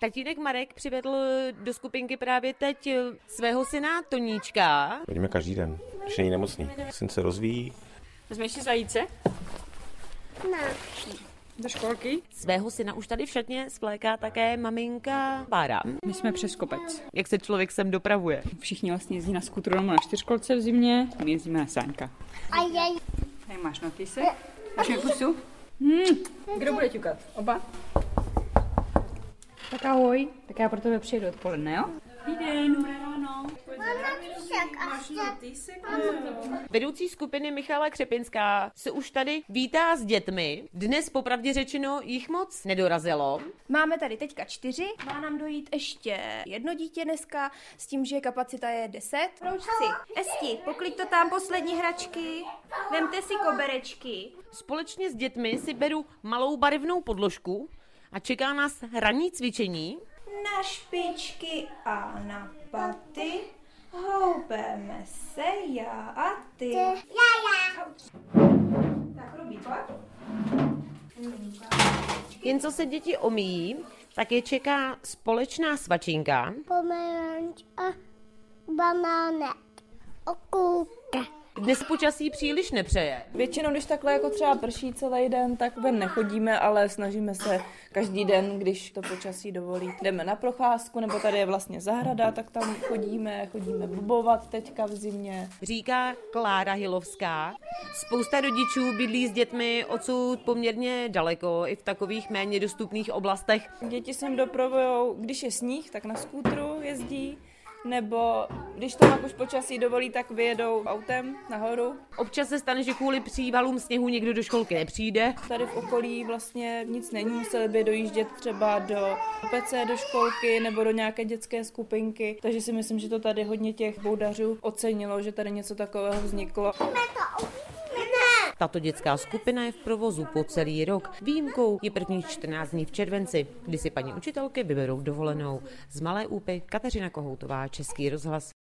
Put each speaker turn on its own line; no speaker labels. Tatínek Marek přivedl do skupinky právě teď eh, svého syna Toníčka.
Chodíme každý den, když není nemocný. Syn se rozvíjí,
Vezmeš si zajíce?
Ne.
Do školky?
Svého syna už tady všetně svléká také maminka Bára.
My jsme přes kopec.
Jak se člověk sem dopravuje?
Všichni vlastně jezdí na skutru domů na čtyřkolce v zimě, my jezdíme na sáňka.
A jej.
Hej, máš notýsek? Máš mi pusu? Hmm. Kdo bude ťukat? Oba? Tak ahoj, tak já pro tebe přijedu odpoledne, jo?
Vedoucí skupiny Michála Křepinská se už tady vítá s dětmi. Dnes popravdě řečeno jich moc nedorazilo.
Máme tady teďka čtyři, má nám dojít ještě jedno dítě dneska, s tím, že kapacita je deset. Roučci, Esti, poklid to tam poslední hračky, vemte si koberečky.
Společně s dětmi si beru malou barevnou podložku a čeká nás ranní cvičení.
Na špičky a na paty, houbeme se já a ty.
Já, já.
Tak, Rubí, pojď.
Jen co se děti omíjí, tak je čeká společná svačinka.
Pomeranč a banánek. Okůlka.
Dnes počasí příliš nepřeje.
Většinou, když takhle jako třeba prší celý den, tak ven nechodíme, ale snažíme se každý den, když to počasí dovolí. Jdeme na procházku, nebo tady je vlastně zahrada, tak tam chodíme, chodíme bubovat teďka v zimě.
Říká Klára Hilovská. Spousta rodičů bydlí s dětmi odsud poměrně daleko, i v takových méně dostupných oblastech.
Děti sem doprovodou, když je sníh, tak na skútru jezdí, nebo když to pak už počasí dovolí, tak vyjedou autem nahoru.
Občas se stane, že kvůli přívalům sněhu někdo do školky nepřijde.
Tady v okolí vlastně nic není, museli by dojíždět třeba do PC, do školky nebo do nějaké dětské skupinky, takže si myslím, že to tady hodně těch boudařů ocenilo, že tady něco takového vzniklo.
Tato dětská skupina je v provozu po celý rok. Výjimkou je prvních 14 dní v červenci, kdy si paní učitelky vyberou dovolenou. Z Malé úpy Kateřina Kohoutová, Český rozhlas.